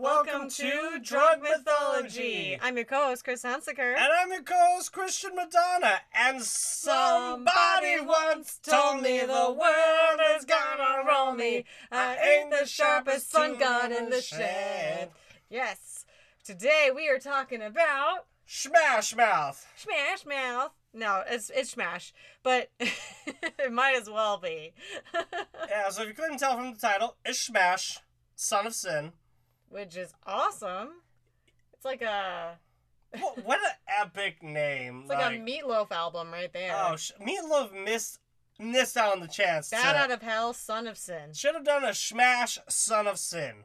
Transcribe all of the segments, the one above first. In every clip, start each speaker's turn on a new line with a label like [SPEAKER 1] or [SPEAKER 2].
[SPEAKER 1] Welcome to Drug Mythology.
[SPEAKER 2] I'm your co-host Chris Hansaker.
[SPEAKER 1] And I'm your co-host Christian Madonna. And somebody once told me the world is gonna roll me. I ain't the sharpest sun gun in the shed.
[SPEAKER 2] Yes. Today we are talking about
[SPEAKER 1] Smash mouth.
[SPEAKER 2] Smash Mouth. No, it's it's Smash, but it might as well be.
[SPEAKER 1] Yeah, so if you couldn't tell from the title, it's Smash, Son of Sin.
[SPEAKER 2] Which is awesome. It's like a
[SPEAKER 1] What, what an epic name!
[SPEAKER 2] it's like, a meatloaf album right there.
[SPEAKER 1] oh, sh- Meatloaf missed missed out on the chance.
[SPEAKER 2] Bad
[SPEAKER 1] to,
[SPEAKER 2] out of hell, son of sin.
[SPEAKER 1] Should have done a smash son of sin.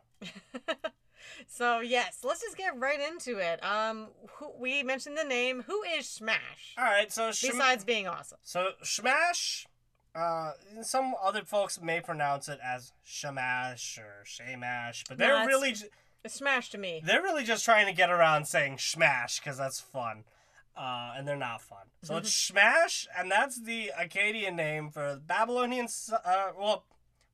[SPEAKER 2] So yes, let's just get right into it. Um, who, we mentioned the name. Who is Smash?
[SPEAKER 1] All right, so Shm-
[SPEAKER 2] Besides being awesome.
[SPEAKER 1] so smash. Uh, some other folks may pronounce it as shamash or shamash, but
[SPEAKER 2] No,
[SPEAKER 1] they're
[SPEAKER 2] it's-
[SPEAKER 1] really j-
[SPEAKER 2] It's Smash to me.
[SPEAKER 1] they're really just trying to get around saying smash because that's fun. Uh, and they're not fun. So it's Smash, and that's the Akkadian name for Babylonian, su- uh, well,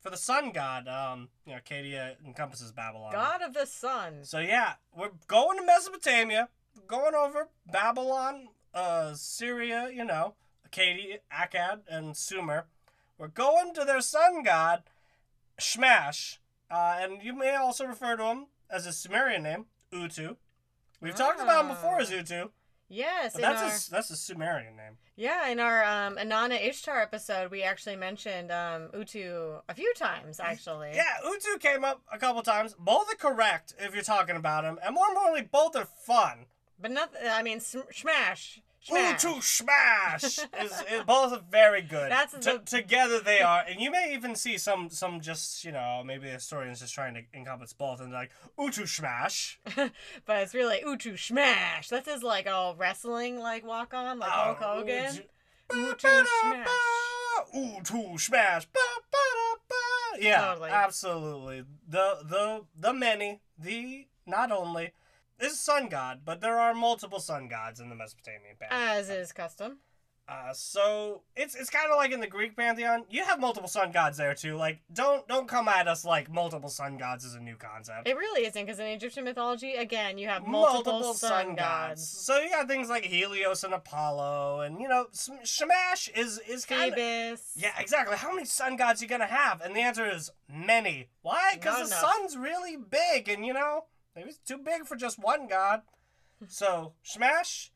[SPEAKER 1] for the sun god. Um, you know, Akkadia encompasses Babylon.
[SPEAKER 2] God of the Sun.
[SPEAKER 1] So yeah, we're going to Mesopotamia, going over Babylon, uh, Syria, you know, Akkad, Akkad, and Sumer. We're going to their sun god, Shmash, uh, and you may also refer to him as his Sumerian name, Utu. We've talked about him before as
[SPEAKER 2] Ah.
[SPEAKER 1] Utu,
[SPEAKER 2] Yes,
[SPEAKER 1] but
[SPEAKER 2] in
[SPEAKER 1] that's
[SPEAKER 2] our,
[SPEAKER 1] his that's his Sumerian name.
[SPEAKER 2] yeah, in our um, Anana Ishtar episode, we actually mentioned um, Utu a few times, actually.
[SPEAKER 1] Yeah, Utu came up a couple times. Both are correct if you're talking about him, and more importantly, both are fun.
[SPEAKER 2] but nothing. I mean, sm- Smash, Smash.
[SPEAKER 1] Utu Smash is, is both are very good.
[SPEAKER 2] That's
[SPEAKER 1] To-
[SPEAKER 2] the-
[SPEAKER 1] together they are, and you may even see some some just you know maybe historians just trying to encompass both and they're like Utu Smash.
[SPEAKER 2] But it's really Utu Smash. That's his like all wrestling like walk on, like Hulk
[SPEAKER 1] Oh,
[SPEAKER 2] Hogan.
[SPEAKER 1] Utu
[SPEAKER 2] Utu Smash.
[SPEAKER 1] Utu Smash. Ba, ba, da, ba. Yeah,
[SPEAKER 2] Totally.
[SPEAKER 1] absolutely. The the the many the not only is sun god, but there are multiple sun gods in the Mesopotamian pantheon.
[SPEAKER 2] As is custom.
[SPEAKER 1] Uh, so it's it's kind of like in the Greek pantheon, you have multiple sun gods there too. Like, don't don't come at us like multiple sun gods is a new concept.
[SPEAKER 2] It really isn't, because in Egyptian mythology, again, you have multiple, sun, gods.
[SPEAKER 1] So you got things like Helios and Apollo, and you know, Sm- Shamash is is kind of
[SPEAKER 2] Phoebus.
[SPEAKER 1] yeah, exactly. How many sun gods you gonna have? And the answer is many. Why? Because
[SPEAKER 2] Not
[SPEAKER 1] the
[SPEAKER 2] enough.
[SPEAKER 1] sun's really big, and you know, maybe it's too big for just one god. so Shamash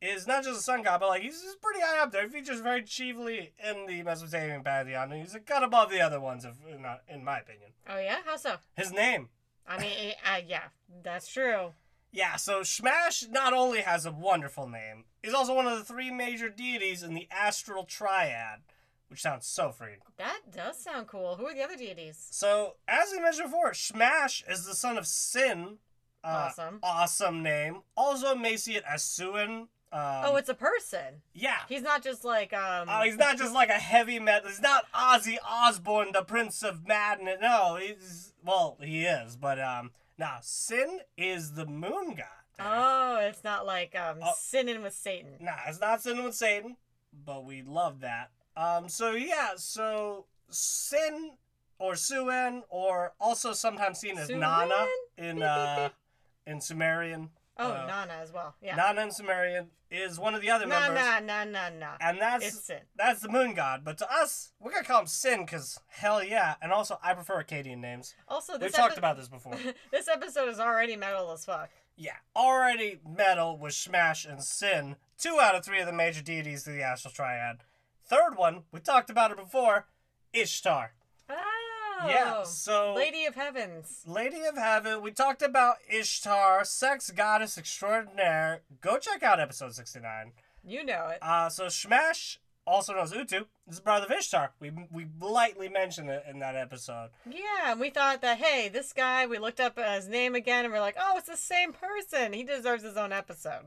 [SPEAKER 1] is not just a sun god, but like he's just pretty high up there. He features very chiefly in the Mesopotamian pantheon, and he's a cut above the other ones, if not, in my opinion.
[SPEAKER 2] Oh yeah, how so?
[SPEAKER 1] His name.
[SPEAKER 2] I mean, eh, uh, yeah, that's true.
[SPEAKER 1] Yeah, so Shamash not only has a wonderful name, he's also one of the three major deities in the astral triad, which sounds so freaking
[SPEAKER 2] That does sound cool. Who are the other deities?
[SPEAKER 1] So, as we mentioned before, Smash is the son of Sin. Uh,
[SPEAKER 2] awesome.
[SPEAKER 1] Awesome name. Also may see it as Suin. Um,
[SPEAKER 2] oh, it's a person.
[SPEAKER 1] yeah.
[SPEAKER 2] He's not just like um.
[SPEAKER 1] Oh, he's not just like a heavy metal. He's not Ozzy Osbourne, the Prince of Madness. No, he's well, he is, but um, now Sin is the Moon God.
[SPEAKER 2] Oh, it's not like um
[SPEAKER 1] Oh.
[SPEAKER 2] sinning with Satan.
[SPEAKER 1] Nah, it's not Sin with Satan, but we love that. Um, so yeah, so Sin or Suen or also sometimes seen as Nana in uh in Sumerian.
[SPEAKER 2] Oh,
[SPEAKER 1] uh,
[SPEAKER 2] Nana as well. Yeah.
[SPEAKER 1] Nana in Sumerian is one of the other
[SPEAKER 2] Na
[SPEAKER 1] members.
[SPEAKER 2] na na na na.
[SPEAKER 1] And that's
[SPEAKER 2] It's sin.
[SPEAKER 1] that's the moon god, but to us, we're gonna call him Sin because hell yeah, and also I prefer Akkadian names.
[SPEAKER 2] Also, this
[SPEAKER 1] We've talked
[SPEAKER 2] epi-
[SPEAKER 1] about this before.
[SPEAKER 2] this episode is already metal as fuck.
[SPEAKER 1] yeah, already metal with Smash and Sin, two out of three of the major deities of the astral triad. Third one, we talked about it before, Ishtar.
[SPEAKER 2] Oh.
[SPEAKER 1] yeah, so
[SPEAKER 2] Lady of Heavens.
[SPEAKER 1] Lady of Heaven, we talked about Ishtar, sex goddess extraordinaire. Go check out episode 69.
[SPEAKER 2] You know it.
[SPEAKER 1] Uh, so Shmash, also known as Utu, is the brother of Ishtar. We, we lightly mentioned it in that episode.
[SPEAKER 2] Yeah, and we thought that hey, this guy. We looked up uh, his name again, and we're like, oh, it's the same person. He deserves his own episode.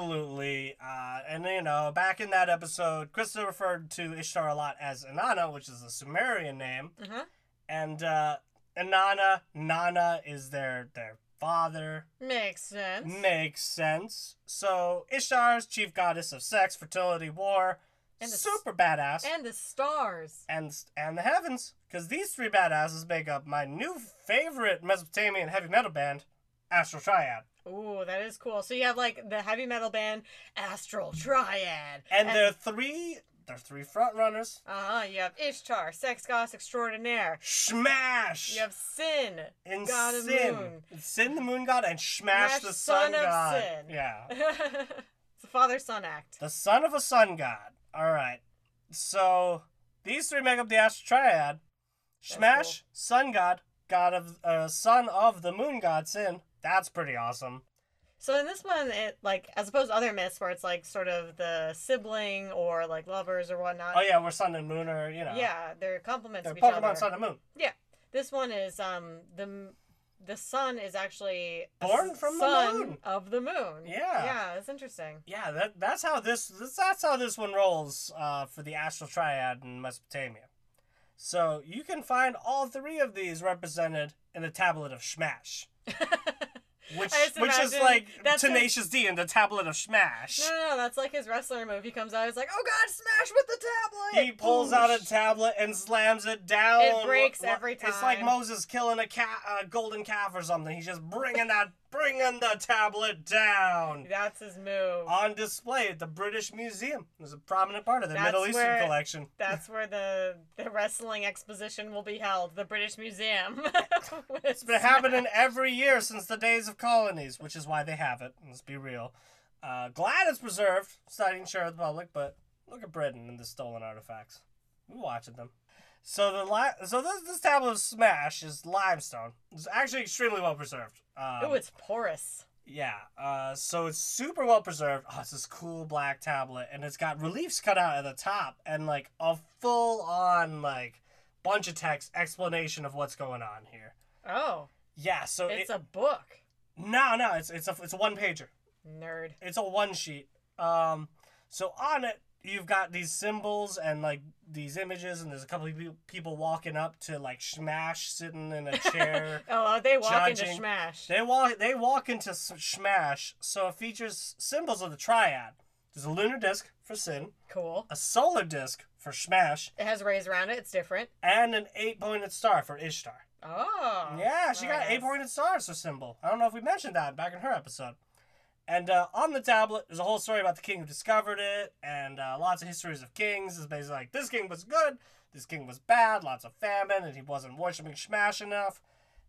[SPEAKER 1] Absolutely. Uh, and, you know, back in that episode, Krista referred to Ishtar a lot as Inanna, which is the Sumerian name.
[SPEAKER 2] Uh huh.
[SPEAKER 1] And uh, Inanna, Nana is their, their father.
[SPEAKER 2] Makes sense.
[SPEAKER 1] Makes sense. So Ishtar is chief goddess of sex, fertility, war,
[SPEAKER 2] And the s-
[SPEAKER 1] super badass, and,
[SPEAKER 2] and the stars.
[SPEAKER 1] and the heavens. Because these three badasses make up my new favorite Mesopotamian heavy metal band, Astral Triad.
[SPEAKER 2] Ooh, that is cool. So you have like the heavy metal band Astral Triad.
[SPEAKER 1] And, they're three they're three front runners.
[SPEAKER 2] uh-huh, you have Ishtar, Sex Goss Extraordinaire.
[SPEAKER 1] Smash
[SPEAKER 2] You have Sin.
[SPEAKER 1] and
[SPEAKER 2] God of
[SPEAKER 1] Sin.
[SPEAKER 2] Moon.
[SPEAKER 1] Sin the moon god and Smash,
[SPEAKER 2] Smash
[SPEAKER 1] the
[SPEAKER 2] son
[SPEAKER 1] sun
[SPEAKER 2] of
[SPEAKER 1] god.
[SPEAKER 2] Sin.
[SPEAKER 1] Yeah.
[SPEAKER 2] it's a father son act.
[SPEAKER 1] The son of a sun god. Alright. So these three make up the Astral Triad.
[SPEAKER 2] That's
[SPEAKER 1] Smash, Sun God, God of uh, Son of the Moon God Sin. That's pretty awesome.
[SPEAKER 2] So in this one, it like as opposed to other myths where it's like sort of the sibling or like lovers or whatnot.
[SPEAKER 1] Oh yeah, we're Sun and Moon, or you know,
[SPEAKER 2] Yeah, they're complements
[SPEAKER 1] they're
[SPEAKER 2] of each
[SPEAKER 1] Pokemon
[SPEAKER 2] other.
[SPEAKER 1] Sun and Moon.
[SPEAKER 2] This one is um the the sun is actually a
[SPEAKER 1] Born from the
[SPEAKER 2] son
[SPEAKER 1] moon.
[SPEAKER 2] of the moon.
[SPEAKER 1] Yeah.
[SPEAKER 2] yeah, that's interesting.
[SPEAKER 1] Yeah, that that's how this, this that's how this one rolls uh, for the Astral Triad in Mesopotamia. So you can find all three of these represented in the Tablet of Smash, which
[SPEAKER 2] I just
[SPEAKER 1] which is
[SPEAKER 2] imagine
[SPEAKER 1] like
[SPEAKER 2] that's his-
[SPEAKER 1] Tenacious D in the Tablet of Smash.
[SPEAKER 2] No, no, no, that's like his wrestler move. He comes out, he's like, "Oh God, smash with the tablet!"
[SPEAKER 1] He pulls out a tablet and slams it down.
[SPEAKER 2] It breaks every
[SPEAKER 1] It's like
[SPEAKER 2] time.
[SPEAKER 1] Moses killing a cat, a golden calf or something. He's just bringing that, bringing the tablet down.
[SPEAKER 2] That's his move.
[SPEAKER 1] On display at the British Museum. It was a prominent part of their
[SPEAKER 2] That's
[SPEAKER 1] Middle Eastern
[SPEAKER 2] where-
[SPEAKER 1] collection.
[SPEAKER 2] That's where the the wrestling exposition will be held, the British Museum.
[SPEAKER 1] It's been happening every year since the days of colonies, which is why they have it. Let's be real. Uh, glad it's preserved. It's not even shared with the public, but look at Britain and the stolen artifacts. We watching them. So the li- so this this tablet of smash is limestone. It's actually extremely well preserved. Um,
[SPEAKER 2] oh, it's porous.
[SPEAKER 1] yeah. Uh, so it's super well preserved. Oh, it's this cool black tablet, and it's got reliefs cut out at the top, and like a full on like bunch of text explanation of what's going on here.
[SPEAKER 2] Oh,
[SPEAKER 1] Yeah. So it-
[SPEAKER 2] it's a book.
[SPEAKER 1] no, no, it's it's a it's a one pager.
[SPEAKER 2] Nerd.
[SPEAKER 1] It's a one sheet. Um, so on it you've got these symbols and like these images, and there's a couple of peo- people walking up to like Smash sitting in a chair.
[SPEAKER 2] Oh, they walk
[SPEAKER 1] Judging.
[SPEAKER 2] into Smash.
[SPEAKER 1] they walk they walk into S- Smash, so it features symbols of the triad. There's a lunar disc for Sin,
[SPEAKER 2] Cool.
[SPEAKER 1] a solar disc for Smash,
[SPEAKER 2] It has rays around it. It's different.
[SPEAKER 1] and an eight pointed star for Ishtar.
[SPEAKER 2] Oh.
[SPEAKER 1] Yeah, she got
[SPEAKER 2] nice.
[SPEAKER 1] eight pointed stars for symbol. I don't know if we mentioned that back in her episode. And uh, on the tablet, there's a whole story about the king who discovered it, and uh, lots of histories of kings. It's basically like this king was good, this king was bad, lots of famine, and he wasn't worshiping Smash enough,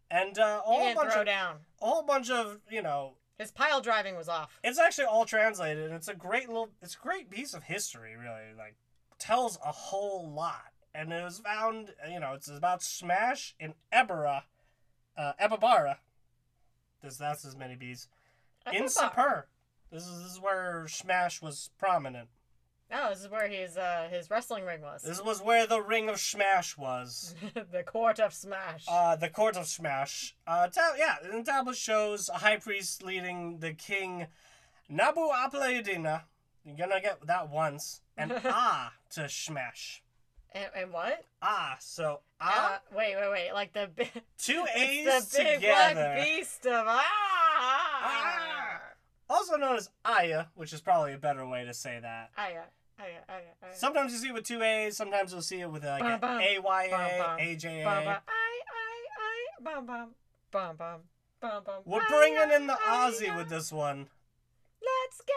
[SPEAKER 1] and uh, a
[SPEAKER 2] He
[SPEAKER 1] whole
[SPEAKER 2] didn't
[SPEAKER 1] bunch
[SPEAKER 2] throw
[SPEAKER 1] of
[SPEAKER 2] down.
[SPEAKER 1] a whole bunch of you know.
[SPEAKER 2] His pile driving was off.
[SPEAKER 1] It's actually all translated, and it's a great little, it's a great piece of history. Really, like tells a whole lot, and it was found. You know, it's about Smash in Ebera, uh, Ebabara. This that's as many bees
[SPEAKER 2] I
[SPEAKER 1] in
[SPEAKER 2] forgot.
[SPEAKER 1] Sapur. This is this is where Smash was prominent.
[SPEAKER 2] No, this is where his uh, his wrestling ring was.
[SPEAKER 1] This was where the ring of Smash was.
[SPEAKER 2] the court of Smash.
[SPEAKER 1] Uh, the court of Smash. Uh, ta- yeah, and the tablet shows a high priest leading the king Nabu Aplayadina. You're gonna get that once. And ah to Smash.
[SPEAKER 2] and, and what?
[SPEAKER 1] Ah, so
[SPEAKER 2] Uh,
[SPEAKER 1] ah,
[SPEAKER 2] wait, wait, wait. Like the bi-
[SPEAKER 1] two A's
[SPEAKER 2] it's the big
[SPEAKER 1] together.
[SPEAKER 2] black beast of ah.
[SPEAKER 1] Ah. Also known as Aya, which is probably a better way to say that.
[SPEAKER 2] Aya, Aya, Aya, Aya.
[SPEAKER 1] Sometimes you see it with two A's, sometimes you'll see it with like
[SPEAKER 2] Bum, bum.
[SPEAKER 1] a
[SPEAKER 2] Bum,
[SPEAKER 1] AYA,
[SPEAKER 2] bum.
[SPEAKER 1] AJA.
[SPEAKER 2] Bum, bum, I, I, I, bum, bum, bum, bum, bum, bum.
[SPEAKER 1] We're
[SPEAKER 2] Aya,
[SPEAKER 1] bringing in the
[SPEAKER 2] Aya.
[SPEAKER 1] Aussie with this one.
[SPEAKER 2] Let's go.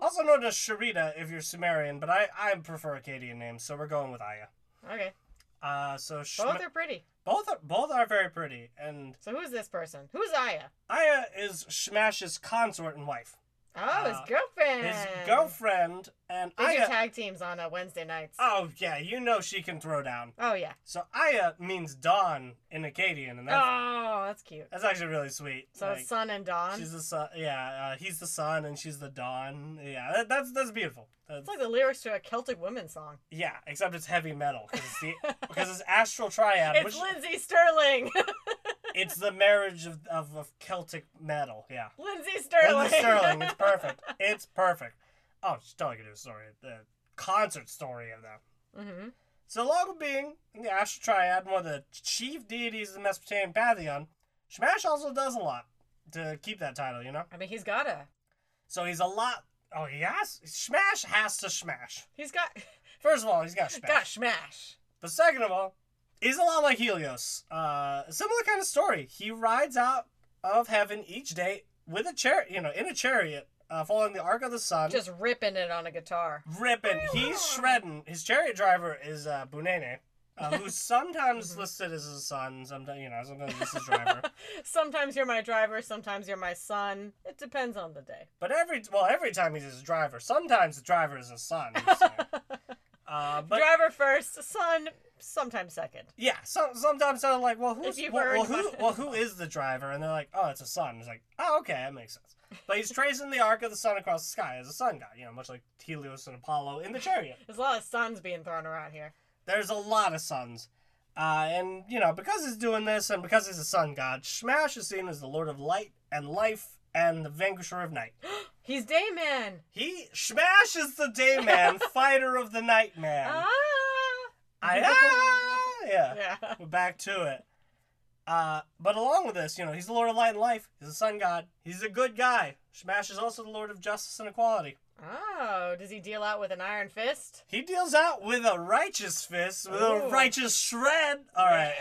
[SPEAKER 1] Also known as Sharita if you're Sumerian, but I, I prefer Akkadian names, so we're going with Aya.
[SPEAKER 2] Okay,
[SPEAKER 1] Uh, so Shma-
[SPEAKER 2] both are pretty.
[SPEAKER 1] both are both are very pretty, and
[SPEAKER 2] So who's this person? Who's Aya?
[SPEAKER 1] Aya is Shmash's consort and wife,
[SPEAKER 2] Oh,
[SPEAKER 1] Uh,
[SPEAKER 2] his girlfriend.
[SPEAKER 1] his girlfriend, and
[SPEAKER 2] They do
[SPEAKER 1] Aya.
[SPEAKER 2] tag teams on uh, Wednesday nights.
[SPEAKER 1] oh yeah, you know she can throw down.
[SPEAKER 2] oh yeah.
[SPEAKER 1] So Aya means dawn in Akkadian, and that's
[SPEAKER 2] oh, that's cute.
[SPEAKER 1] that's actually really sweet.
[SPEAKER 2] So
[SPEAKER 1] Like,
[SPEAKER 2] it's Sun and Dawn.
[SPEAKER 1] she's the sun. Yeah, uh, he's the sun, and she's the dawn. Yeah, that, that's that's beautiful. That's,
[SPEAKER 2] It's like the lyrics to a Celtic women song.
[SPEAKER 1] yeah, except it's heavy metal because it's, the- 'cause it's astral triad.
[SPEAKER 2] It's
[SPEAKER 1] which,
[SPEAKER 2] Lindsay Sterling.
[SPEAKER 1] It's the marriage of, of, of Celtic metal, yeah.
[SPEAKER 2] Lindsay
[SPEAKER 1] Lindsay
[SPEAKER 2] Sterling.
[SPEAKER 1] Sterling, it's perfect. It's perfect. Oh, she's telling you a story, the concert story of them.
[SPEAKER 2] hmm
[SPEAKER 1] So, along with being in the Astral Triad, one of the chief deities of the Mesopotamian pantheon, Shamash also does a lot to keep that title, you know?
[SPEAKER 2] I mean, he's gotta.
[SPEAKER 1] So, he's a lot. Oh, he has? Smash has to smash.
[SPEAKER 2] He's got.
[SPEAKER 1] First of all, he's got smash.
[SPEAKER 2] Got smash.
[SPEAKER 1] But second of all, he's a lot like Helios. Uh, similar kind of story. He rides out of heaven each day with a chariot, you know, in a chariot, uh, following the arc of the sun.
[SPEAKER 2] Just ripping it on a guitar.
[SPEAKER 1] ripping. He's shredding. His chariot driver is uh, Bunene, uh, who's sometimes listed as his son, sometimes you know, sometimes as his driver.
[SPEAKER 2] Sometimes you're my driver, sometimes you're my son. It depends on the day.
[SPEAKER 1] But every well, every time he's his driver. Sometimes the driver is his son. I'm just saying. uh, but
[SPEAKER 2] driver first, son sometimes second.
[SPEAKER 1] yeah, so, sometimes they're like, well, who's
[SPEAKER 2] you've
[SPEAKER 1] well, well,
[SPEAKER 2] earned
[SPEAKER 1] who
[SPEAKER 2] one.
[SPEAKER 1] well who is the driver? And they're like, oh, it's a sun. It's like, oh, okay, that makes sense. But he's tracing the arc of the sun across the sky as a sun god, you know, much like Helios and Apollo in the chariot.
[SPEAKER 2] There's a lot of sons being thrown around here.
[SPEAKER 1] There's a lot of suns. Uh, and, you know, because he's doing this and because he's a sun god, Smash is seen as the lord of light and life and the vanquisher of night.
[SPEAKER 2] He's Dayman.
[SPEAKER 1] He, Smash is the day man, fighter of the night man.
[SPEAKER 2] Ah.
[SPEAKER 1] I, ah, yeah.
[SPEAKER 2] Yeah.
[SPEAKER 1] We're back to it. Uh, but along with this, you know, he's the lord of light and life. He's a sun god. He's a good guy. Smash is also the lord of justice and equality.
[SPEAKER 2] Oh, does he deal out with an iron fist?
[SPEAKER 1] He deals out with a righteous fist, with a
[SPEAKER 2] Ooh.
[SPEAKER 1] righteous shred. All right.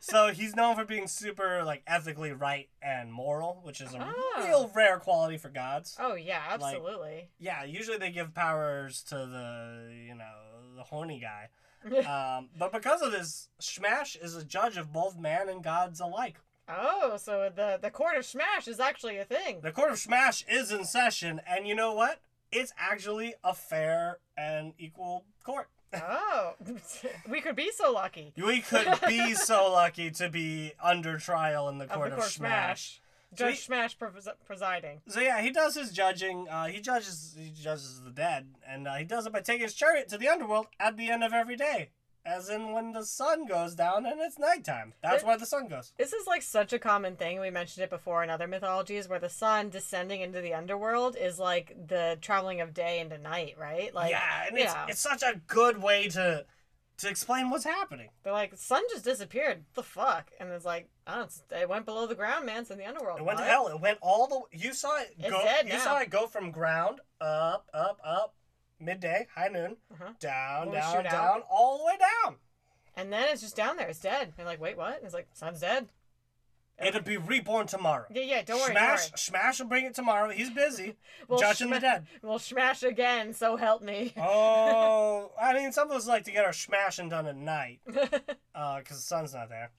[SPEAKER 1] so he's known for being super like ethically right and moral, which is a
[SPEAKER 2] Ah.
[SPEAKER 1] real rare quality for gods.
[SPEAKER 2] Oh yeah,
[SPEAKER 1] Like-
[SPEAKER 2] absolutely.
[SPEAKER 1] Yeah, usually they give powers to the you know the horny guy. um, but because of this, Smash is a judge of both man and gods alike.
[SPEAKER 2] oh, so the the court of smash is actually a thing.
[SPEAKER 1] The court of Smash is in session, and you know what? It's actually a fair and equal court.
[SPEAKER 2] oh, we could be so lucky.
[SPEAKER 1] We could be so lucky to be under trial in the
[SPEAKER 2] Of
[SPEAKER 1] court
[SPEAKER 2] the
[SPEAKER 1] of,
[SPEAKER 2] court
[SPEAKER 1] Smash.
[SPEAKER 2] smash.
[SPEAKER 1] So
[SPEAKER 2] Judge
[SPEAKER 1] he-
[SPEAKER 2] Smash pres- presiding.
[SPEAKER 1] So yeah, he does his judging. Uh, he judges. He judges the dead, and uh, he does it by taking his chariot to the underworld at the end of every day, as in when the sun goes down and it's nighttime. That's
[SPEAKER 2] It-
[SPEAKER 1] why the sun goes.
[SPEAKER 2] This is like such a common thing. We mentioned it before in other mythologies where the sun descending into the underworld is like the traveling of day into night, right? Like
[SPEAKER 1] yeah, and it's,
[SPEAKER 2] yeah.
[SPEAKER 1] it's such a good way to to explain what's happening.
[SPEAKER 2] they're like the sun just disappeared. The fuck? And it's like, oh, it's, it went below the ground, man. It's in the underworld.
[SPEAKER 1] It went to
[SPEAKER 2] What?
[SPEAKER 1] hell. It went all the. You saw it
[SPEAKER 2] It's
[SPEAKER 1] go.
[SPEAKER 2] dead
[SPEAKER 1] you
[SPEAKER 2] now.
[SPEAKER 1] saw it go from ground up, up, up, midday, high noon,
[SPEAKER 2] Uh-huh.
[SPEAKER 1] down,
[SPEAKER 2] Little
[SPEAKER 1] down,
[SPEAKER 2] shootout.
[SPEAKER 1] down, all the way down.
[SPEAKER 2] And then it's just down there. It's dead. And like, wait, what? And it's like, sun's dead.
[SPEAKER 1] It'll be reborn tomorrow.
[SPEAKER 2] Yeah, yeah. Don't worry. don't
[SPEAKER 1] Smash,
[SPEAKER 2] worry.
[SPEAKER 1] Smash will bring it tomorrow. He's busy
[SPEAKER 2] Well,
[SPEAKER 1] judging the
[SPEAKER 2] Sma-
[SPEAKER 1] dead.
[SPEAKER 2] We'll smash again. So help me.
[SPEAKER 1] Oh, I mean, some of us like to get our smashing done at night because the sun's not there.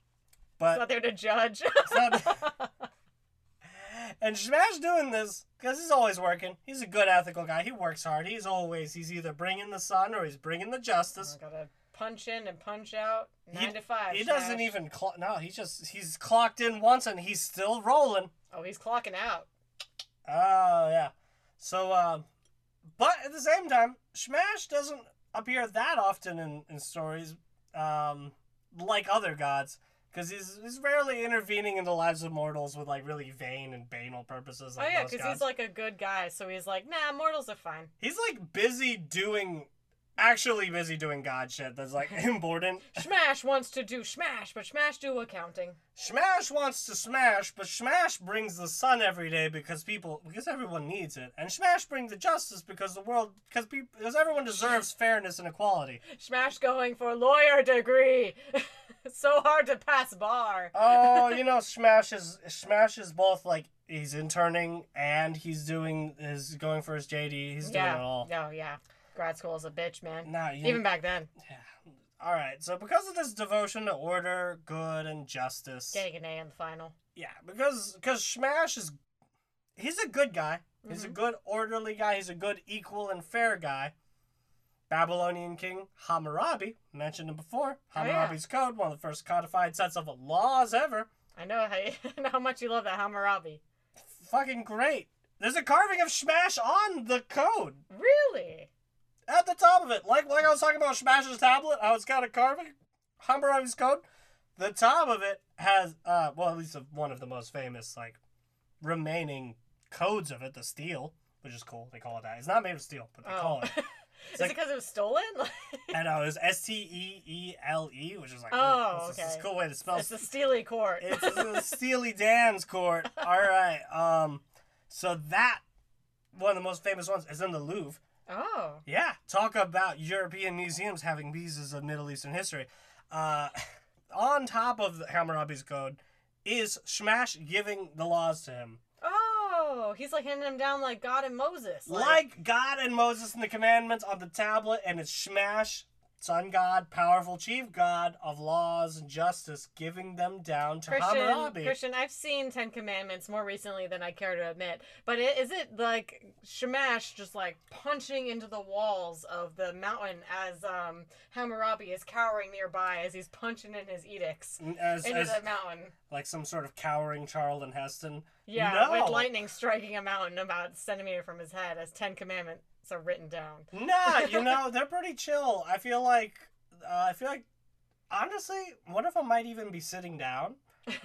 [SPEAKER 1] But
[SPEAKER 2] Not there to judge.
[SPEAKER 1] it's not- and Smash doing this because he's always working. He's a good ethical guy. He works hard. He's always he's either bringing the sun or he's bringing the justice.
[SPEAKER 2] Gotta punch in and punch out.
[SPEAKER 1] He-
[SPEAKER 2] Nine to five.
[SPEAKER 1] He
[SPEAKER 2] Smash.
[SPEAKER 1] doesn't even clock. No, he just he's clocked in once and he's still rolling.
[SPEAKER 2] Oh, he's clocking out.
[SPEAKER 1] Oh yeah. So, um, but at the same time, Smash doesn't appear that often in, in stories, um, like other gods, because he's, he's rarely intervening in the lives of mortals with like really vain and banal purposes.
[SPEAKER 2] Oh
[SPEAKER 1] Like
[SPEAKER 2] yeah,
[SPEAKER 1] most
[SPEAKER 2] because
[SPEAKER 1] gods.
[SPEAKER 2] he's like a good guy, so he's like, nah, mortals are fine.
[SPEAKER 1] he's like busy doing, actually busy doing god shit that's like important.
[SPEAKER 2] Smash wants to do Smash, but Smash do accounting.
[SPEAKER 1] Smash wants to smash, but Smash brings the sun every day because people, because everyone needs it, and Smash brings the justice because the world, because people, because everyone deserves fairness and equality.
[SPEAKER 2] Smash going for lawyer degree. so hard to pass bar.
[SPEAKER 1] Oh, you know, Smash is Smash is both like he's interning and he's doing his going for his JD. He's doing
[SPEAKER 2] yeah.
[SPEAKER 1] it all.
[SPEAKER 2] No, yeah. Grad school is a bitch, man.
[SPEAKER 1] Nah, you,
[SPEAKER 2] Even back then,
[SPEAKER 1] yeah. All right, so because of this devotion to order, good, and justice,
[SPEAKER 2] getting an A in the final.
[SPEAKER 1] Yeah, because because Smash is he's a good guy. He's a good orderly guy. He's a good equal and fair guy. Babylonian king Hammurabi mentioned him before.
[SPEAKER 2] yeah.
[SPEAKER 1] Hammurabi's code, one of the first codified sets of laws ever.
[SPEAKER 2] I know how, I know how much you love that Hammurabi.
[SPEAKER 1] Fucking great. There's a carving of Smash on the code.
[SPEAKER 2] Really?
[SPEAKER 1] At the top of it, like like I was talking about Smash's tablet, how it's got a carving, Hammurabi's code. The top of it has, uh, well, at least of one of the most famous like remaining codes of it, the steel, which is cool. They call it that. It's not made of steel, but they
[SPEAKER 2] Oh.
[SPEAKER 1] call it.
[SPEAKER 2] is
[SPEAKER 1] like-
[SPEAKER 2] it because it was stolen?
[SPEAKER 1] I know it was S T E E L E, which is like,
[SPEAKER 2] Oh,
[SPEAKER 1] ooh, this is- this is a
[SPEAKER 2] okay.
[SPEAKER 1] cool way to spell.
[SPEAKER 2] it's a steely court.
[SPEAKER 1] It's the Steely Dan's court. All right. Um, so that one of the most famous ones is in the Louvre.
[SPEAKER 2] oh.
[SPEAKER 1] Yeah, talk about European museums having pieces of Middle Eastern history. Uh, on top of the Hammurabi's Code is Smash giving the laws to him.
[SPEAKER 2] Oh, he's like handing him down like God and Moses.
[SPEAKER 1] Like God and Moses and the commandments on the tablet, and it's Smash, Sun God, powerful chief god of laws and justice, giving them down to Hammurabi.
[SPEAKER 2] Christian, Christian, I've seen Ten Commandments more recently than I care to admit, but it, is it like Shamash just like punching into the walls of the mountain as um, Hammurabi is cowering nearby as he's punching in his edicts
[SPEAKER 1] As,
[SPEAKER 2] into
[SPEAKER 1] as
[SPEAKER 2] the mountain?
[SPEAKER 1] like some sort of cowering Charlton Heston.
[SPEAKER 2] Yeah,
[SPEAKER 1] No.
[SPEAKER 2] with lightning striking a mountain about a centimeter from his head as Ten Commandments are written down.
[SPEAKER 1] Nah, you know they're pretty chill. I feel like uh, I feel like honestly, one of them might even be sitting down,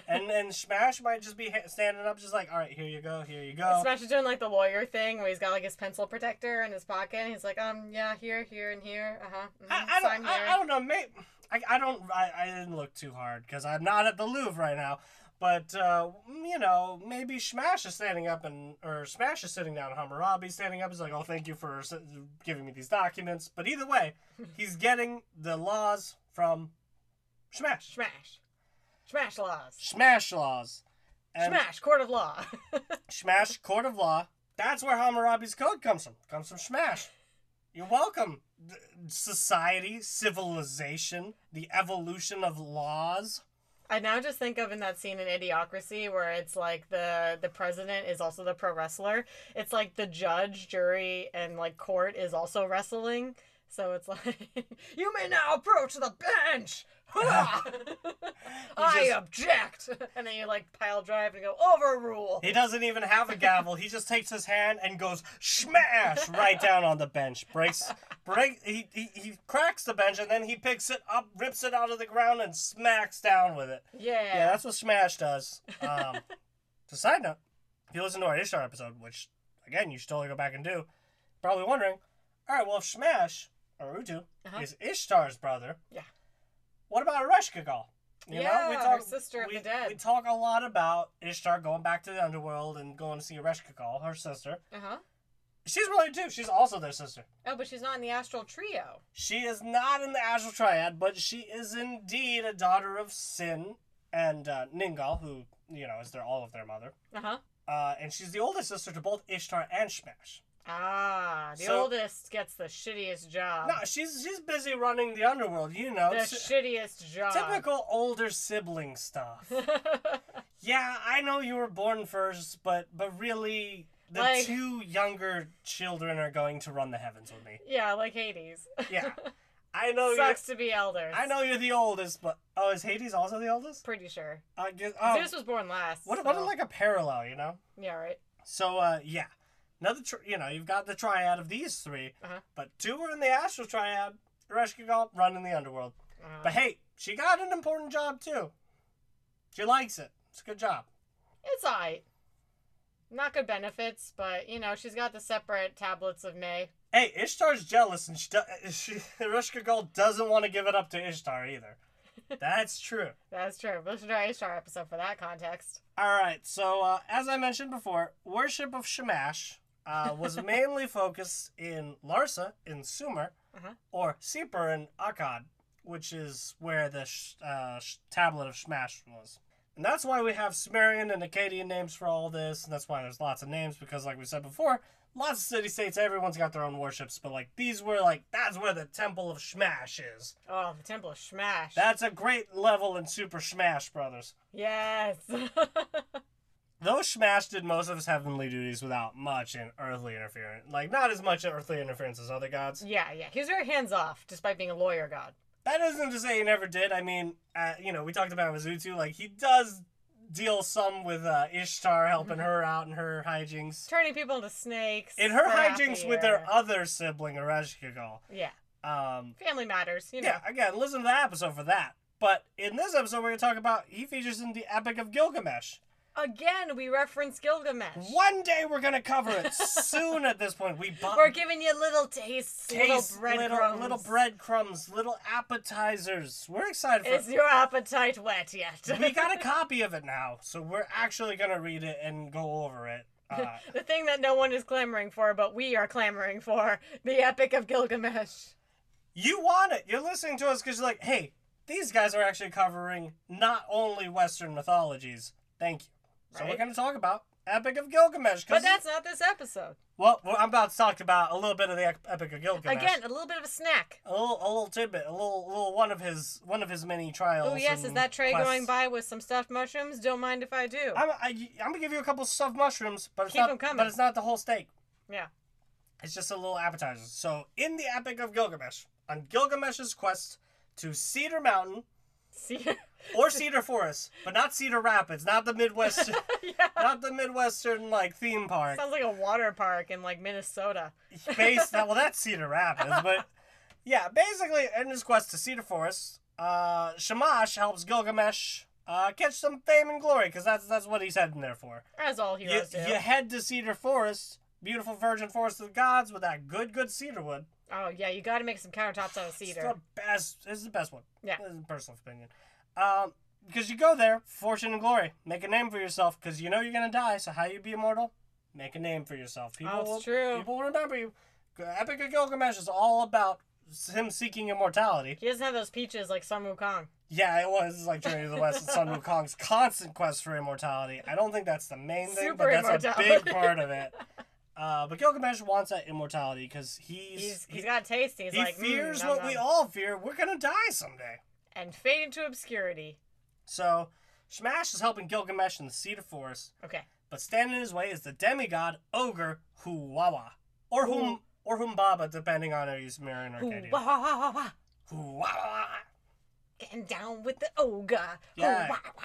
[SPEAKER 1] and then Smash might just be ha- standing up, just like, all right, here you go, here you go.
[SPEAKER 2] Smash is doing like the lawyer thing where he's got like his pencil protector in his pocket and he's like, um, yeah, here, here, and here. Uh huh.
[SPEAKER 1] I, I, don't, I, I don't know. Maybe I, I don't. I, I didn't look too hard because I'm not at the Louvre right now. But uh, you know, maybe Smash is standing up and or Smash is sitting down. Hammurabi's standing up. He's like, "Oh, thank you for s- giving me these documents." But either way, he's getting the laws from Smash.
[SPEAKER 2] Smash. Smash laws.
[SPEAKER 1] Smash laws. And
[SPEAKER 2] Smash, court of law.
[SPEAKER 1] Smash Court of Law. That's where Hammurabi's code comes from. Comes from Smash. You're welcome. Th- Society, civilization, the evolution of laws.
[SPEAKER 2] I now just think of in that scene in Idiocracy where it's like the the president is also the pro wrestler. It's like the judge, jury, and like court is also wrestling. So it's like you may now approach the bench. Hurrah! I
[SPEAKER 1] just-
[SPEAKER 2] object, and then you like pile drive and go overrule.
[SPEAKER 1] He doesn't even have a gavel. He just takes his hand and goes smash right down on the bench. Breaks, break. He, he he cracks the bench and then he picks it up, rips it out of the ground, and smacks down with it.
[SPEAKER 2] Yeah.
[SPEAKER 1] Yeah, that's what Smash does. Um, so side note, if you listen to our Ishtar episode, which again you should totally go back and do, you're probably wondering, all right, well if Smash or Utu
[SPEAKER 2] Uh-huh.
[SPEAKER 1] is Ishtar's brother,
[SPEAKER 2] Yeah.
[SPEAKER 1] what about Ereshkigal?
[SPEAKER 2] Yeah, her sister of
[SPEAKER 1] we,
[SPEAKER 2] the dead.
[SPEAKER 1] We talk a lot about Ishtar going back to the underworld and going to see Ereshkigal, her sister.
[SPEAKER 2] uh huh.
[SPEAKER 1] She's related too. She's also their sister.
[SPEAKER 2] Oh, but she's not in the astral trio.
[SPEAKER 1] She is not in the Astral Triad, but she is indeed a daughter of Sin and uh, Ningal, who you know is their all of their mother.
[SPEAKER 2] Uh huh.
[SPEAKER 1] Uh, and she's the older sister to both Ishtar and Shmash.
[SPEAKER 2] Ah, the
[SPEAKER 1] So-
[SPEAKER 2] oldest gets the shittiest job.
[SPEAKER 1] No, she's she's busy running the underworld. You know,
[SPEAKER 2] Um, the
[SPEAKER 1] Ty-
[SPEAKER 2] shittiest job.
[SPEAKER 1] typical older sibling stuff. yeah, I know you were born first, but but really, the
[SPEAKER 2] Like-
[SPEAKER 1] two younger children are going to run the heavens with me.
[SPEAKER 2] yeah, like Hades.
[SPEAKER 1] Yeah, I know. You're,
[SPEAKER 2] Sucks to be elders.
[SPEAKER 1] I know you're the oldest, but oh, is Hades also the oldest?
[SPEAKER 2] Pretty sure.
[SPEAKER 1] I guess. Oh,
[SPEAKER 2] Zeus was born last.
[SPEAKER 1] what what
[SPEAKER 2] so-
[SPEAKER 1] like a parallel, you know?
[SPEAKER 2] Yeah, right.
[SPEAKER 1] So uh, yeah, another tr- you know you've got the triad of these 3
[SPEAKER 2] Uh-huh.
[SPEAKER 1] but two are in the astral triad. Ereshkigal running the underworld.
[SPEAKER 2] Uh,
[SPEAKER 1] But hey, she got an important job too. She likes it. It's a good job.
[SPEAKER 2] it's alright. Not good benefits, but you know she's got the separate tablets of May.
[SPEAKER 1] Hey, Ishtar's jealous, and she, do- she Ereshkigal doesn't want to give it up to Ishtar either. That's true.
[SPEAKER 2] That's true. Listen to our Ishtar episode for that context.
[SPEAKER 1] All right. So uh, as I mentioned before, worship of Shamash uh, was mainly focused in Larsa in Sumer,
[SPEAKER 2] Uh-huh.
[SPEAKER 1] or Seper in Akkad, which is where the sh- uh, sh- tablet of Shamash was. And that's why we have Sumerian and Akkadian names for all this, and that's why there's lots of names because, like we said before, lots of city states, everyone's got their own worships, but like these were like that's where the temple of Shamash is.
[SPEAKER 2] Oh, the Temple of Smash.
[SPEAKER 1] That's a great level in Super Smash Brothers.
[SPEAKER 2] yes.
[SPEAKER 1] Though Smash did most of his heavenly duties without much in earthly interference, like not as much earthly interference as other gods.
[SPEAKER 2] yeah, yeah. He was very hands off, despite being a lawyer god.
[SPEAKER 1] That isn't to say he never did. I mean, uh, you know, we talked about Mizutu. Like he does deal some with uh, Ishtar helping her out in her hijinks.
[SPEAKER 2] Turning people into snakes.
[SPEAKER 1] In her hijinks with their
[SPEAKER 2] happier.
[SPEAKER 1] other sibling Ereshkigal.
[SPEAKER 2] Yeah.
[SPEAKER 1] Um,
[SPEAKER 2] Family matters, you know.
[SPEAKER 1] yeah, again, listen to that episode for that. But in this episode, we're going to talk about he features in the Epic of Gilgamesh.
[SPEAKER 2] Again, we reference Gilgamesh.
[SPEAKER 1] One day we're going to cover it soon. At this point, we bu-
[SPEAKER 2] We're giving you little tastes, little
[SPEAKER 1] taste
[SPEAKER 2] breadcrumbs.
[SPEAKER 1] little breadcrumbs, little appetizers. We're excited for
[SPEAKER 2] Is your appetite wet yet?
[SPEAKER 1] we got a copy of it now, so we're actually gonna read it and go over it. Uh,
[SPEAKER 2] the thing that no one is clamoring for, but we are clamoring for the Epic of Gilgamesh.
[SPEAKER 1] you want it? You're listening to us because you're like, hey, these guys are actually covering not only Western mythologies, Thank you. So we're
[SPEAKER 2] Right.
[SPEAKER 1] going to talk about Epic of Gilgamesh.
[SPEAKER 2] But
[SPEAKER 1] 'cause
[SPEAKER 2] that's not this episode.
[SPEAKER 1] well, well, I'm about to talk about a little bit of the Ep- Epic of Gilgamesh.
[SPEAKER 2] Again, a little bit of a snack.
[SPEAKER 1] a little, a little tidbit, a little, little one of his, one of his many trials.
[SPEAKER 2] Oh yes, is
[SPEAKER 1] and
[SPEAKER 2] that tray
[SPEAKER 1] quests.
[SPEAKER 2] going by with some stuffed mushrooms? Don't mind if I do.
[SPEAKER 1] I'm, I, I'm gonna give you a couple stuffed mushrooms, but it's
[SPEAKER 2] Keep
[SPEAKER 1] not,
[SPEAKER 2] 'em coming.
[SPEAKER 1] but it's not the whole steak.
[SPEAKER 2] yeah.
[SPEAKER 1] It's just a little appetizer. So, in the Epic of Gilgamesh, on Gilgamesh's quest to Cedar Mountain
[SPEAKER 2] See.
[SPEAKER 1] or Cedar Forest, but not Cedar Rapids, not the Midwest,
[SPEAKER 2] yeah.
[SPEAKER 1] not the Midwestern like theme park.
[SPEAKER 2] Sounds like a water park in like Minnesota.
[SPEAKER 1] Based well, that's Cedar Rapids, but yeah, basically in his quest to Cedar Forest, uh, Shamash helps Gilgamesh uh, catch some fame and glory because that's that's what he's heading there for.
[SPEAKER 2] As all
[SPEAKER 1] You,
[SPEAKER 2] heroes do.
[SPEAKER 1] you head to Cedar Forest, beautiful virgin forest of the gods with that good good cedar wood.
[SPEAKER 2] Oh yeah, you got to make some countertops out of cedar.
[SPEAKER 1] It's the best. It's the best one.
[SPEAKER 2] Yeah.
[SPEAKER 1] This is a personal opinion. Um, because you go there, fortune and glory, make a name for yourself. Because you know you're gonna die. So how you be immortal? Make a name for yourself. People
[SPEAKER 2] Oh, it's
[SPEAKER 1] will,
[SPEAKER 2] true.
[SPEAKER 1] People will remember you. Epic of Gilgamesh is all about him seeking immortality.
[SPEAKER 2] He doesn't have those peaches like Sun Wukong.
[SPEAKER 1] Yeah, it was like Journey to the West and Sun Wukong's constant quest for immortality. I don't think that's the main thing,
[SPEAKER 2] Super
[SPEAKER 1] but that's a big
[SPEAKER 2] immortality.
[SPEAKER 1] part of it. Uh, but Gilgamesh wants that immortality because he's,
[SPEAKER 2] He's
[SPEAKER 1] he,
[SPEAKER 2] he's got taste. He's
[SPEAKER 1] he
[SPEAKER 2] like "Mm,
[SPEAKER 1] fears
[SPEAKER 2] nom,
[SPEAKER 1] what
[SPEAKER 2] nom."
[SPEAKER 1] we all fear. We're gonna die someday.
[SPEAKER 2] and fade into obscurity.
[SPEAKER 1] So, Shamash is helping Gilgamesh in the Cedar Forest,
[SPEAKER 2] Okay.
[SPEAKER 1] but standing in his way is the demigod ogre Huwawa, or whom or Humbaba, depending on who's Sumerian or
[SPEAKER 2] Ooh,
[SPEAKER 1] Akkadian.
[SPEAKER 2] wah, wah, wah, wah, wah.
[SPEAKER 1] Huwawa.
[SPEAKER 2] Getting down with the ogre.
[SPEAKER 1] Yeah.
[SPEAKER 2] Ooh, wah, wah,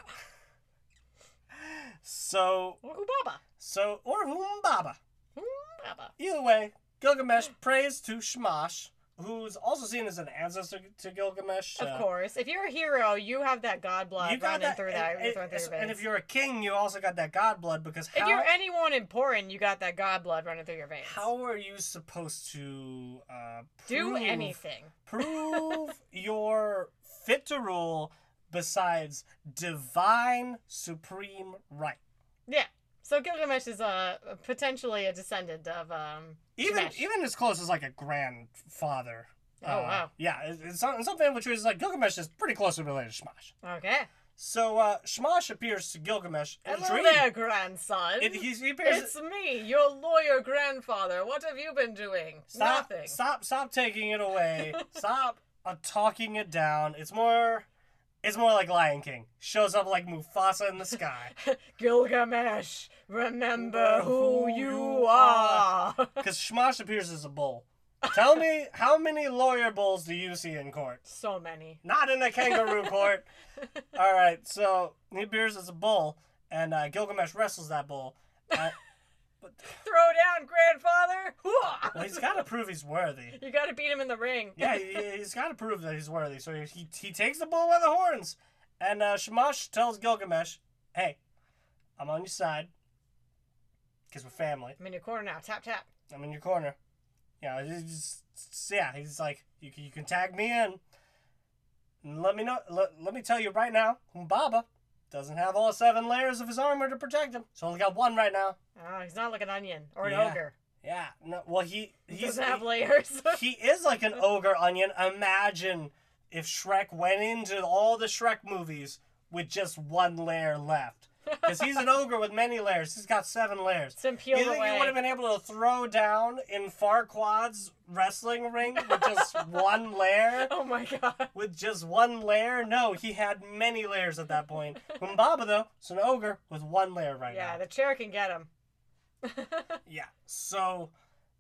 [SPEAKER 1] So,
[SPEAKER 2] wah. Ooh, baba.
[SPEAKER 1] so or Humbaba.
[SPEAKER 2] Ooh, baba.
[SPEAKER 1] Either way, Gilgamesh prays to Shamash, who's also seen as an ancestor to Gilgamesh. uh,
[SPEAKER 2] Of course. If you're a hero, you have that god blood running through that.
[SPEAKER 1] and,
[SPEAKER 2] running through your
[SPEAKER 1] and,
[SPEAKER 2] veins.
[SPEAKER 1] and if you're a king, you also got that god blood because
[SPEAKER 2] If
[SPEAKER 1] how
[SPEAKER 2] you're anyone important, you got that god blood running through your veins.
[SPEAKER 1] how are you supposed to uh,
[SPEAKER 2] Do
[SPEAKER 1] prove-
[SPEAKER 2] anything.
[SPEAKER 1] prove your fit to rule besides divine supreme right.
[SPEAKER 2] Yeah. So Gilgamesh is uh, potentially a descendant of um.
[SPEAKER 1] Even
[SPEAKER 2] Shamash.
[SPEAKER 1] even as close as like a grandfather. Uh,
[SPEAKER 2] Oh, wow.
[SPEAKER 1] Yeah, in- in some in some family trees, like Gilgamesh is pretty closely related to Shamash.
[SPEAKER 2] Okay.
[SPEAKER 1] So uh, Shamash appears to Gilgamesh in a
[SPEAKER 2] Hello
[SPEAKER 1] dream.
[SPEAKER 2] there, grandson.
[SPEAKER 1] It- he's- he appears.
[SPEAKER 2] it's me, your lawyer grandfather. What have you been doing?
[SPEAKER 1] stop,
[SPEAKER 2] Nothing.
[SPEAKER 1] Stop! Stop taking it away. stop uh, talking it down. It's more. It's more like Lion King. Shows up like Mufasa in the sky.
[SPEAKER 2] Gilgamesh, remember
[SPEAKER 1] Remember
[SPEAKER 2] who
[SPEAKER 1] who
[SPEAKER 2] you
[SPEAKER 1] you
[SPEAKER 2] are.
[SPEAKER 1] Because Shamash appears as a bull. Tell me, how many lawyer bulls do you see in court?
[SPEAKER 2] so many.
[SPEAKER 1] Not in a kangaroo court. All right, so he appears as a bull, and uh, Gilgamesh wrestles that bull. Uh,
[SPEAKER 2] Throw down, grandfather. Hoo-ah.
[SPEAKER 1] well, he's got to prove he's worthy.
[SPEAKER 2] You gotta beat him in the ring.
[SPEAKER 1] Yeah, he, he's got to prove that he's worthy. So he, he takes the bull by the horns, and uh, Shamash tells Gilgamesh, "Hey, I'm on your side, because we're family.
[SPEAKER 2] I'm in your corner now. Tap tap.
[SPEAKER 1] I'm in your corner. You know, it's just, it's- yeah, he's like, you, can- you can tag me in. And let me know. Let, let me tell you right now, Mbaba doesn't have all seven layers of his armor to protect him. He's only got one right now.
[SPEAKER 2] Oh, he's not like an onion or an
[SPEAKER 1] Yeah.
[SPEAKER 2] ogre.
[SPEAKER 1] Yeah. No, well, he
[SPEAKER 2] He
[SPEAKER 1] he's
[SPEAKER 2] doesn't have layers.
[SPEAKER 1] he is like an ogre onion. Imagine if Shrek went into all the Shrek movies with just one layer left. Because he's an ogre with many layers. He's got seven layers.
[SPEAKER 2] Some peel
[SPEAKER 1] you think
[SPEAKER 2] away.
[SPEAKER 1] you would have been able to throw down in Farquaad's wrestling ring with just one layer?
[SPEAKER 2] oh my god.
[SPEAKER 1] With just one layer? No, he had many layers at that point. Humbaba, though, is an ogre with one layer right now.
[SPEAKER 2] Yeah, the chair can get him.
[SPEAKER 1] Yeah. So,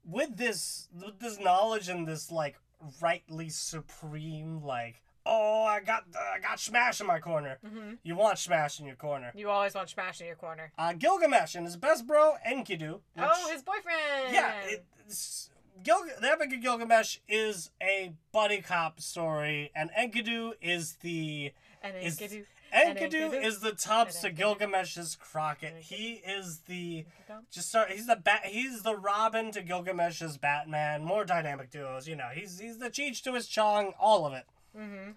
[SPEAKER 1] with this with this knowledge and this like rightly supreme like oh I got the, I got Smash in my corner.
[SPEAKER 2] hmm
[SPEAKER 1] You want Smash in your corner.
[SPEAKER 2] You always want Smash in your corner.
[SPEAKER 1] Uh, Gilgamesh and his best bro Enkidu. Which,
[SPEAKER 2] oh, his boyfriend.
[SPEAKER 1] yeah. It, it's- Gilg- the Epic of Gilgamesh is a buddy cop story, and Enkidu is the
[SPEAKER 2] and then
[SPEAKER 1] is-
[SPEAKER 2] get you. And
[SPEAKER 1] Enkidu
[SPEAKER 2] Enkidu-
[SPEAKER 1] is the tubs to
[SPEAKER 2] and Enkidu.
[SPEAKER 1] Gilgamesh's Crockett.
[SPEAKER 2] And Enkidu.
[SPEAKER 1] He is the just start. He's the bat. He's the Robin to Gilgamesh's Batman. More dynamic duos. You know, he's he's the Cheech to his Chong. All of it.
[SPEAKER 2] hmm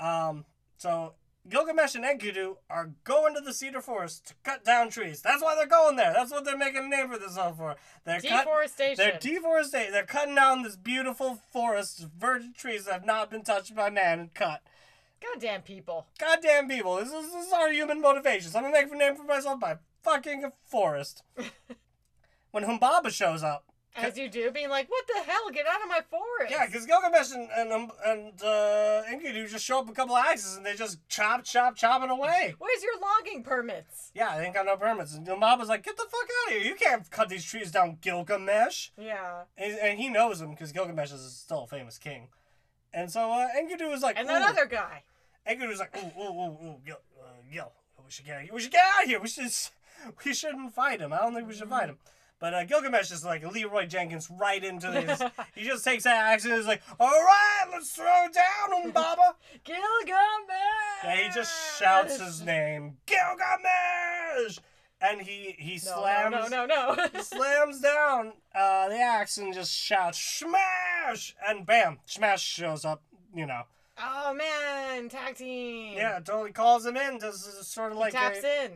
[SPEAKER 1] Um. So Gilgamesh and Enkidu are going to the cedar forest to cut down trees. That's why they're going there. That's what they're making a name for themselves for. They're cut.
[SPEAKER 2] Deforestation.
[SPEAKER 1] They're deforestation. They're cutting down this beautiful forest, of virgin trees that have not been touched by man and cut.
[SPEAKER 2] Goddamn people.
[SPEAKER 1] Goddamn people, this is, this is our human motivations. I'm gonna make a name for myself by fucking a forest. when Humbaba shows up,
[SPEAKER 2] As you do, being like, what the hell? Get out of my forest.
[SPEAKER 1] Yeah, because Gilgamesh and and, um, and uh, Enkidu just show up with a couple axes and they just chop, chop, chopping away.
[SPEAKER 2] Where's your logging permits?
[SPEAKER 1] Yeah, they ain't got no permits. And Yamaba's like, get the fuck out of here. You can't cut these trees down, Gilgamesh.
[SPEAKER 2] Yeah.
[SPEAKER 1] And, and he knows him because Gilgamesh is still a famous king. And so uh, Enkidu is like,
[SPEAKER 2] And that
[SPEAKER 1] "Ooh."
[SPEAKER 2] other guy.
[SPEAKER 1] Enkidu is like, ooh, ooh, ooh, ooh, Gil, uh, Gil, we should get, we should get out of here. We should, we shouldn't fight him. I don't think we should fight him. But uh, Gilgamesh is like Leroy Jenkins right into this. he just takes that axe and is like, all right, let's throw down Umbaba.
[SPEAKER 2] Gilgamesh!
[SPEAKER 1] and he just shouts his name, Gilgamesh, and he he
[SPEAKER 2] No,
[SPEAKER 1] slams
[SPEAKER 2] No, no, no, no.
[SPEAKER 1] he slams down uh, the axe and just shouts smash, and bam, smash shows up. You know,
[SPEAKER 2] oh, man. Tag team.
[SPEAKER 1] yeah, totally calls him in. Does is sort of like
[SPEAKER 2] Mm. he taps
[SPEAKER 1] a-
[SPEAKER 2] in.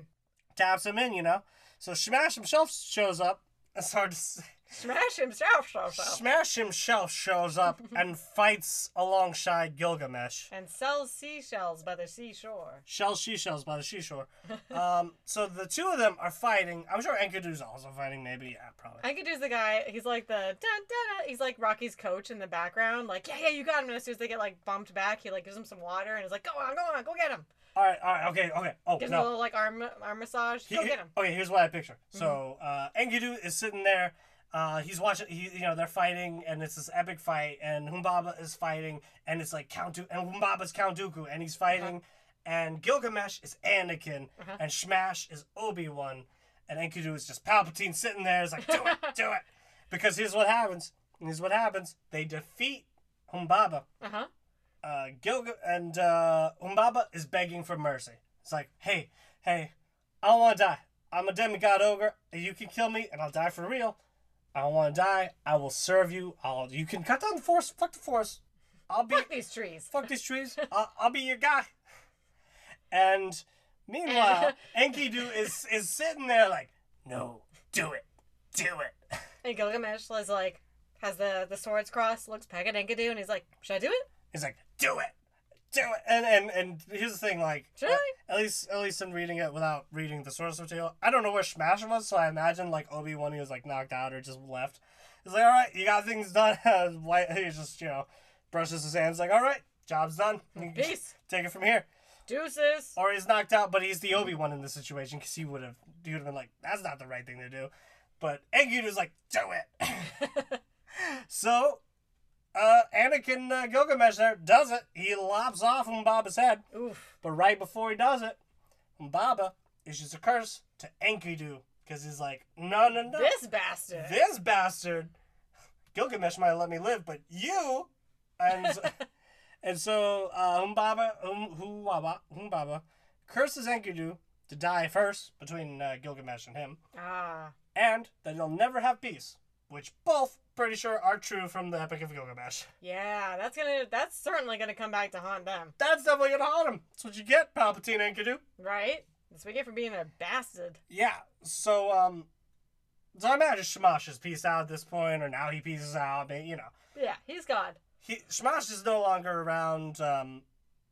[SPEAKER 1] taps him in. You know, so smash himself shows up. It's hard to say.
[SPEAKER 2] Smash himself, so, so.
[SPEAKER 1] Smash himself shows up and fights alongside Gilgamesh.
[SPEAKER 2] And sells seashells by the seashore.
[SPEAKER 1] Shell she shells by the seashore. Um, so the two of them are fighting. I'm sure Enkidu's also fighting. Maybe yeah, probably.
[SPEAKER 2] I could do the guy. He's like the dun, dun, dun, he's like Rocky's coach in the background. Like yeah, yeah, you got him. And as soon as they get like bumped back, he like gives him some water and is like, go on, go on, go get him.
[SPEAKER 1] All right, all right, okay, okay. Oh
[SPEAKER 2] Gives him a
[SPEAKER 1] no.
[SPEAKER 2] little like arm arm massage.
[SPEAKER 1] He-
[SPEAKER 2] go
[SPEAKER 1] he-
[SPEAKER 2] get him. Mm-hmm.
[SPEAKER 1] okay, here's what I picture. So uh, Enkidu is sitting there. Uh, he's watching. He, you know, they're fighting, and it's this epic fight. And Humbaba is fighting, and it's like Count Du- and Humbaba's Count Dooku, and he's fighting. And Gilgamesh is Anakin,
[SPEAKER 2] Uh-huh.
[SPEAKER 1] and Shmash is Obi Wan, and Enkidu is just Palpatine sitting there. It's like do it, do it, because here's what happens. Here's what happens. They defeat Humbaba.
[SPEAKER 2] Uh huh.
[SPEAKER 1] uh, Gilga and uh, Umbaba is begging for mercy. It's like, hey, hey, I don't want to die. I'm a demigod ogre. You can kill me, and I'll die for real. I don't want to die. I will serve you. I'll. You can cut down the forest. Fuck the forest. I'll be.
[SPEAKER 2] Fuck these trees.
[SPEAKER 1] fuck these trees. I'll, I'll be your guy. And meanwhile, Enkidu is is sitting there like, no, do it, do it.
[SPEAKER 2] And Gilgamesh is like, has the the swords crossed, looks back at Enkidu, and he's like, should I do it?
[SPEAKER 1] He's like, do it, do it. And and and here's the thing, like.
[SPEAKER 2] Should I?
[SPEAKER 1] At least, at least in reading it without reading the source material, I don't know where Smash was, so I imagine like Obi Wan, he was like knocked out or just left. He's like, all right, you got things done. White, he just you know, brushes his hands like, all right, job's done. You can
[SPEAKER 2] Peace.
[SPEAKER 1] Take it from here.
[SPEAKER 2] Deuces.
[SPEAKER 1] Or he's knocked out, but he's the Obi Wan in this situation because he would have, he would have been like, that's not the right thing to do. But Enkidu's like, do it. so, uh, Anakin uh, Gilgamesh there does it. He lops off Umbaba's head.
[SPEAKER 2] Oof.
[SPEAKER 1] But right before he does it, Mbaba issues a curse to Enkidu because he's like, no, no, no.
[SPEAKER 2] This bastard.
[SPEAKER 1] Uh, This bastard, Gilgamesh might let me live, but you. And, and so uh, Mbaba, um, Huwaba, Mbaba curses Enkidu to die first between uh, Gilgamesh and him,
[SPEAKER 2] Ah.
[SPEAKER 1] and that he'll never have peace, which both pretty sure are true from the Epic of Gilgamesh.
[SPEAKER 2] Yeah, that's gonna. That's certainly gonna come back to haunt them,
[SPEAKER 1] That's definitely gonna haunt him. That's what you get, Palpatine Enkidu.
[SPEAKER 2] right? That's what we get for being a bastard.
[SPEAKER 1] Yeah. So um, so I imagine Shamash is peaced out at this point, or now he pieces out. But you know,
[SPEAKER 2] Yeah, he's God.
[SPEAKER 1] he Shamash is no longer around. Um,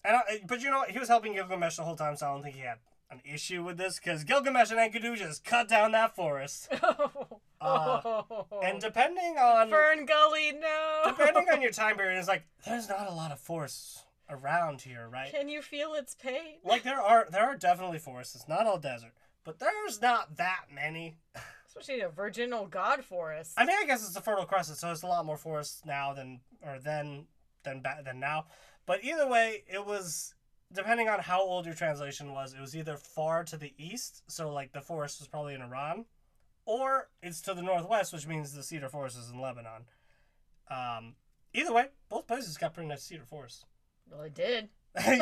[SPEAKER 1] and I, but you know what? he was helping Gilgamesh the whole time, so I don't think he had an issue with this because Gilgamesh and Enkidu just cut down that forest. And depending Uh, on
[SPEAKER 2] Oh. Fern Gully, no.
[SPEAKER 1] depending on your time period, it's like there's not a lot of forests around here, right?
[SPEAKER 2] Can you feel its pain?
[SPEAKER 1] Like there are there are definitely forests. It's not all desert, but there's not that many.
[SPEAKER 2] Especially a virginal god forest.
[SPEAKER 1] I mean, I guess it's the Fertile Crescent, so it's a lot more forest now than or then than ba- than now. But either way, it was depending on how old your translation was. It was either far to the east, so like the forest was probably in Iran, or it's to the northwest, which means the cedar forest is in Lebanon. Um, either way, both places got pretty nice cedar forests.
[SPEAKER 2] well, it did.
[SPEAKER 1] they,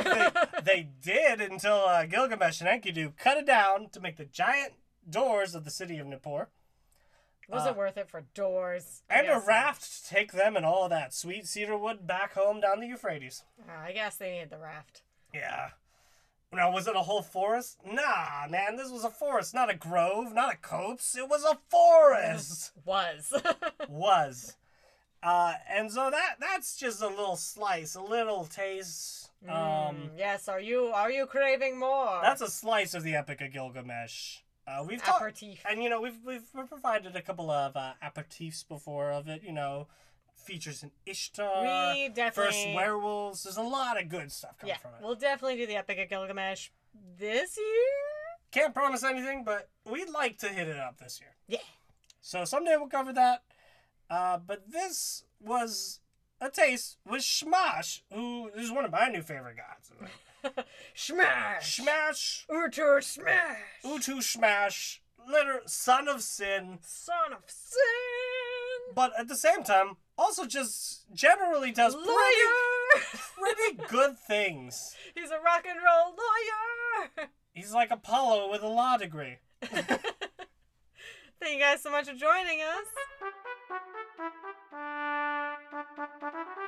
[SPEAKER 1] they did until uh, Gilgamesh and Enkidu cut it down to make the giant doors of the city of Nippur.
[SPEAKER 2] Wasn't
[SPEAKER 1] Uh,
[SPEAKER 2] worth it for doors. I
[SPEAKER 1] And a
[SPEAKER 2] guess so.
[SPEAKER 1] raft to take them and all that sweet cedar wood back home down the Euphrates.
[SPEAKER 2] Uh, I guess they needed the raft.
[SPEAKER 1] Yeah. Now, was it a whole forest? Nah, man, this was a forest, not a grove, not a copse. It was a forest!
[SPEAKER 2] Was.
[SPEAKER 1] was. Uh, and so that that's just a little slice, a little taste. Um,
[SPEAKER 2] Mm, yes, are you are you craving more?
[SPEAKER 1] that's a slice of the Epic of Gilgamesh. Uh, we've talked,
[SPEAKER 2] aperitif.
[SPEAKER 1] and you know we've we've we've provided a couple of uh, aperitifs before of it. You know, features in Ishtar,
[SPEAKER 2] we
[SPEAKER 1] first
[SPEAKER 2] definitely
[SPEAKER 1] werewolves. There's a lot of good stuff coming
[SPEAKER 2] yeah,
[SPEAKER 1] from it.
[SPEAKER 2] we'll definitely do the Epic of Gilgamesh this year.
[SPEAKER 1] Can't promise anything, but we'd like to hit it up this year.
[SPEAKER 2] Yeah.
[SPEAKER 1] So someday we'll cover that. Uh, but this was a taste with Shmash, who is one of my new favorite gods.
[SPEAKER 2] Smash,
[SPEAKER 1] Shmash,
[SPEAKER 2] Utur smash,
[SPEAKER 1] Utu Shmash, liter son of sin,
[SPEAKER 2] son of sin,
[SPEAKER 1] but at the same time also just generally does pretty,
[SPEAKER 2] lawyer.
[SPEAKER 1] pretty good things.
[SPEAKER 2] He's a rock and roll lawyer.
[SPEAKER 1] He's like Apollo with a law degree.
[SPEAKER 2] Thank you guys so much for joining us.
[SPEAKER 3] Thank you.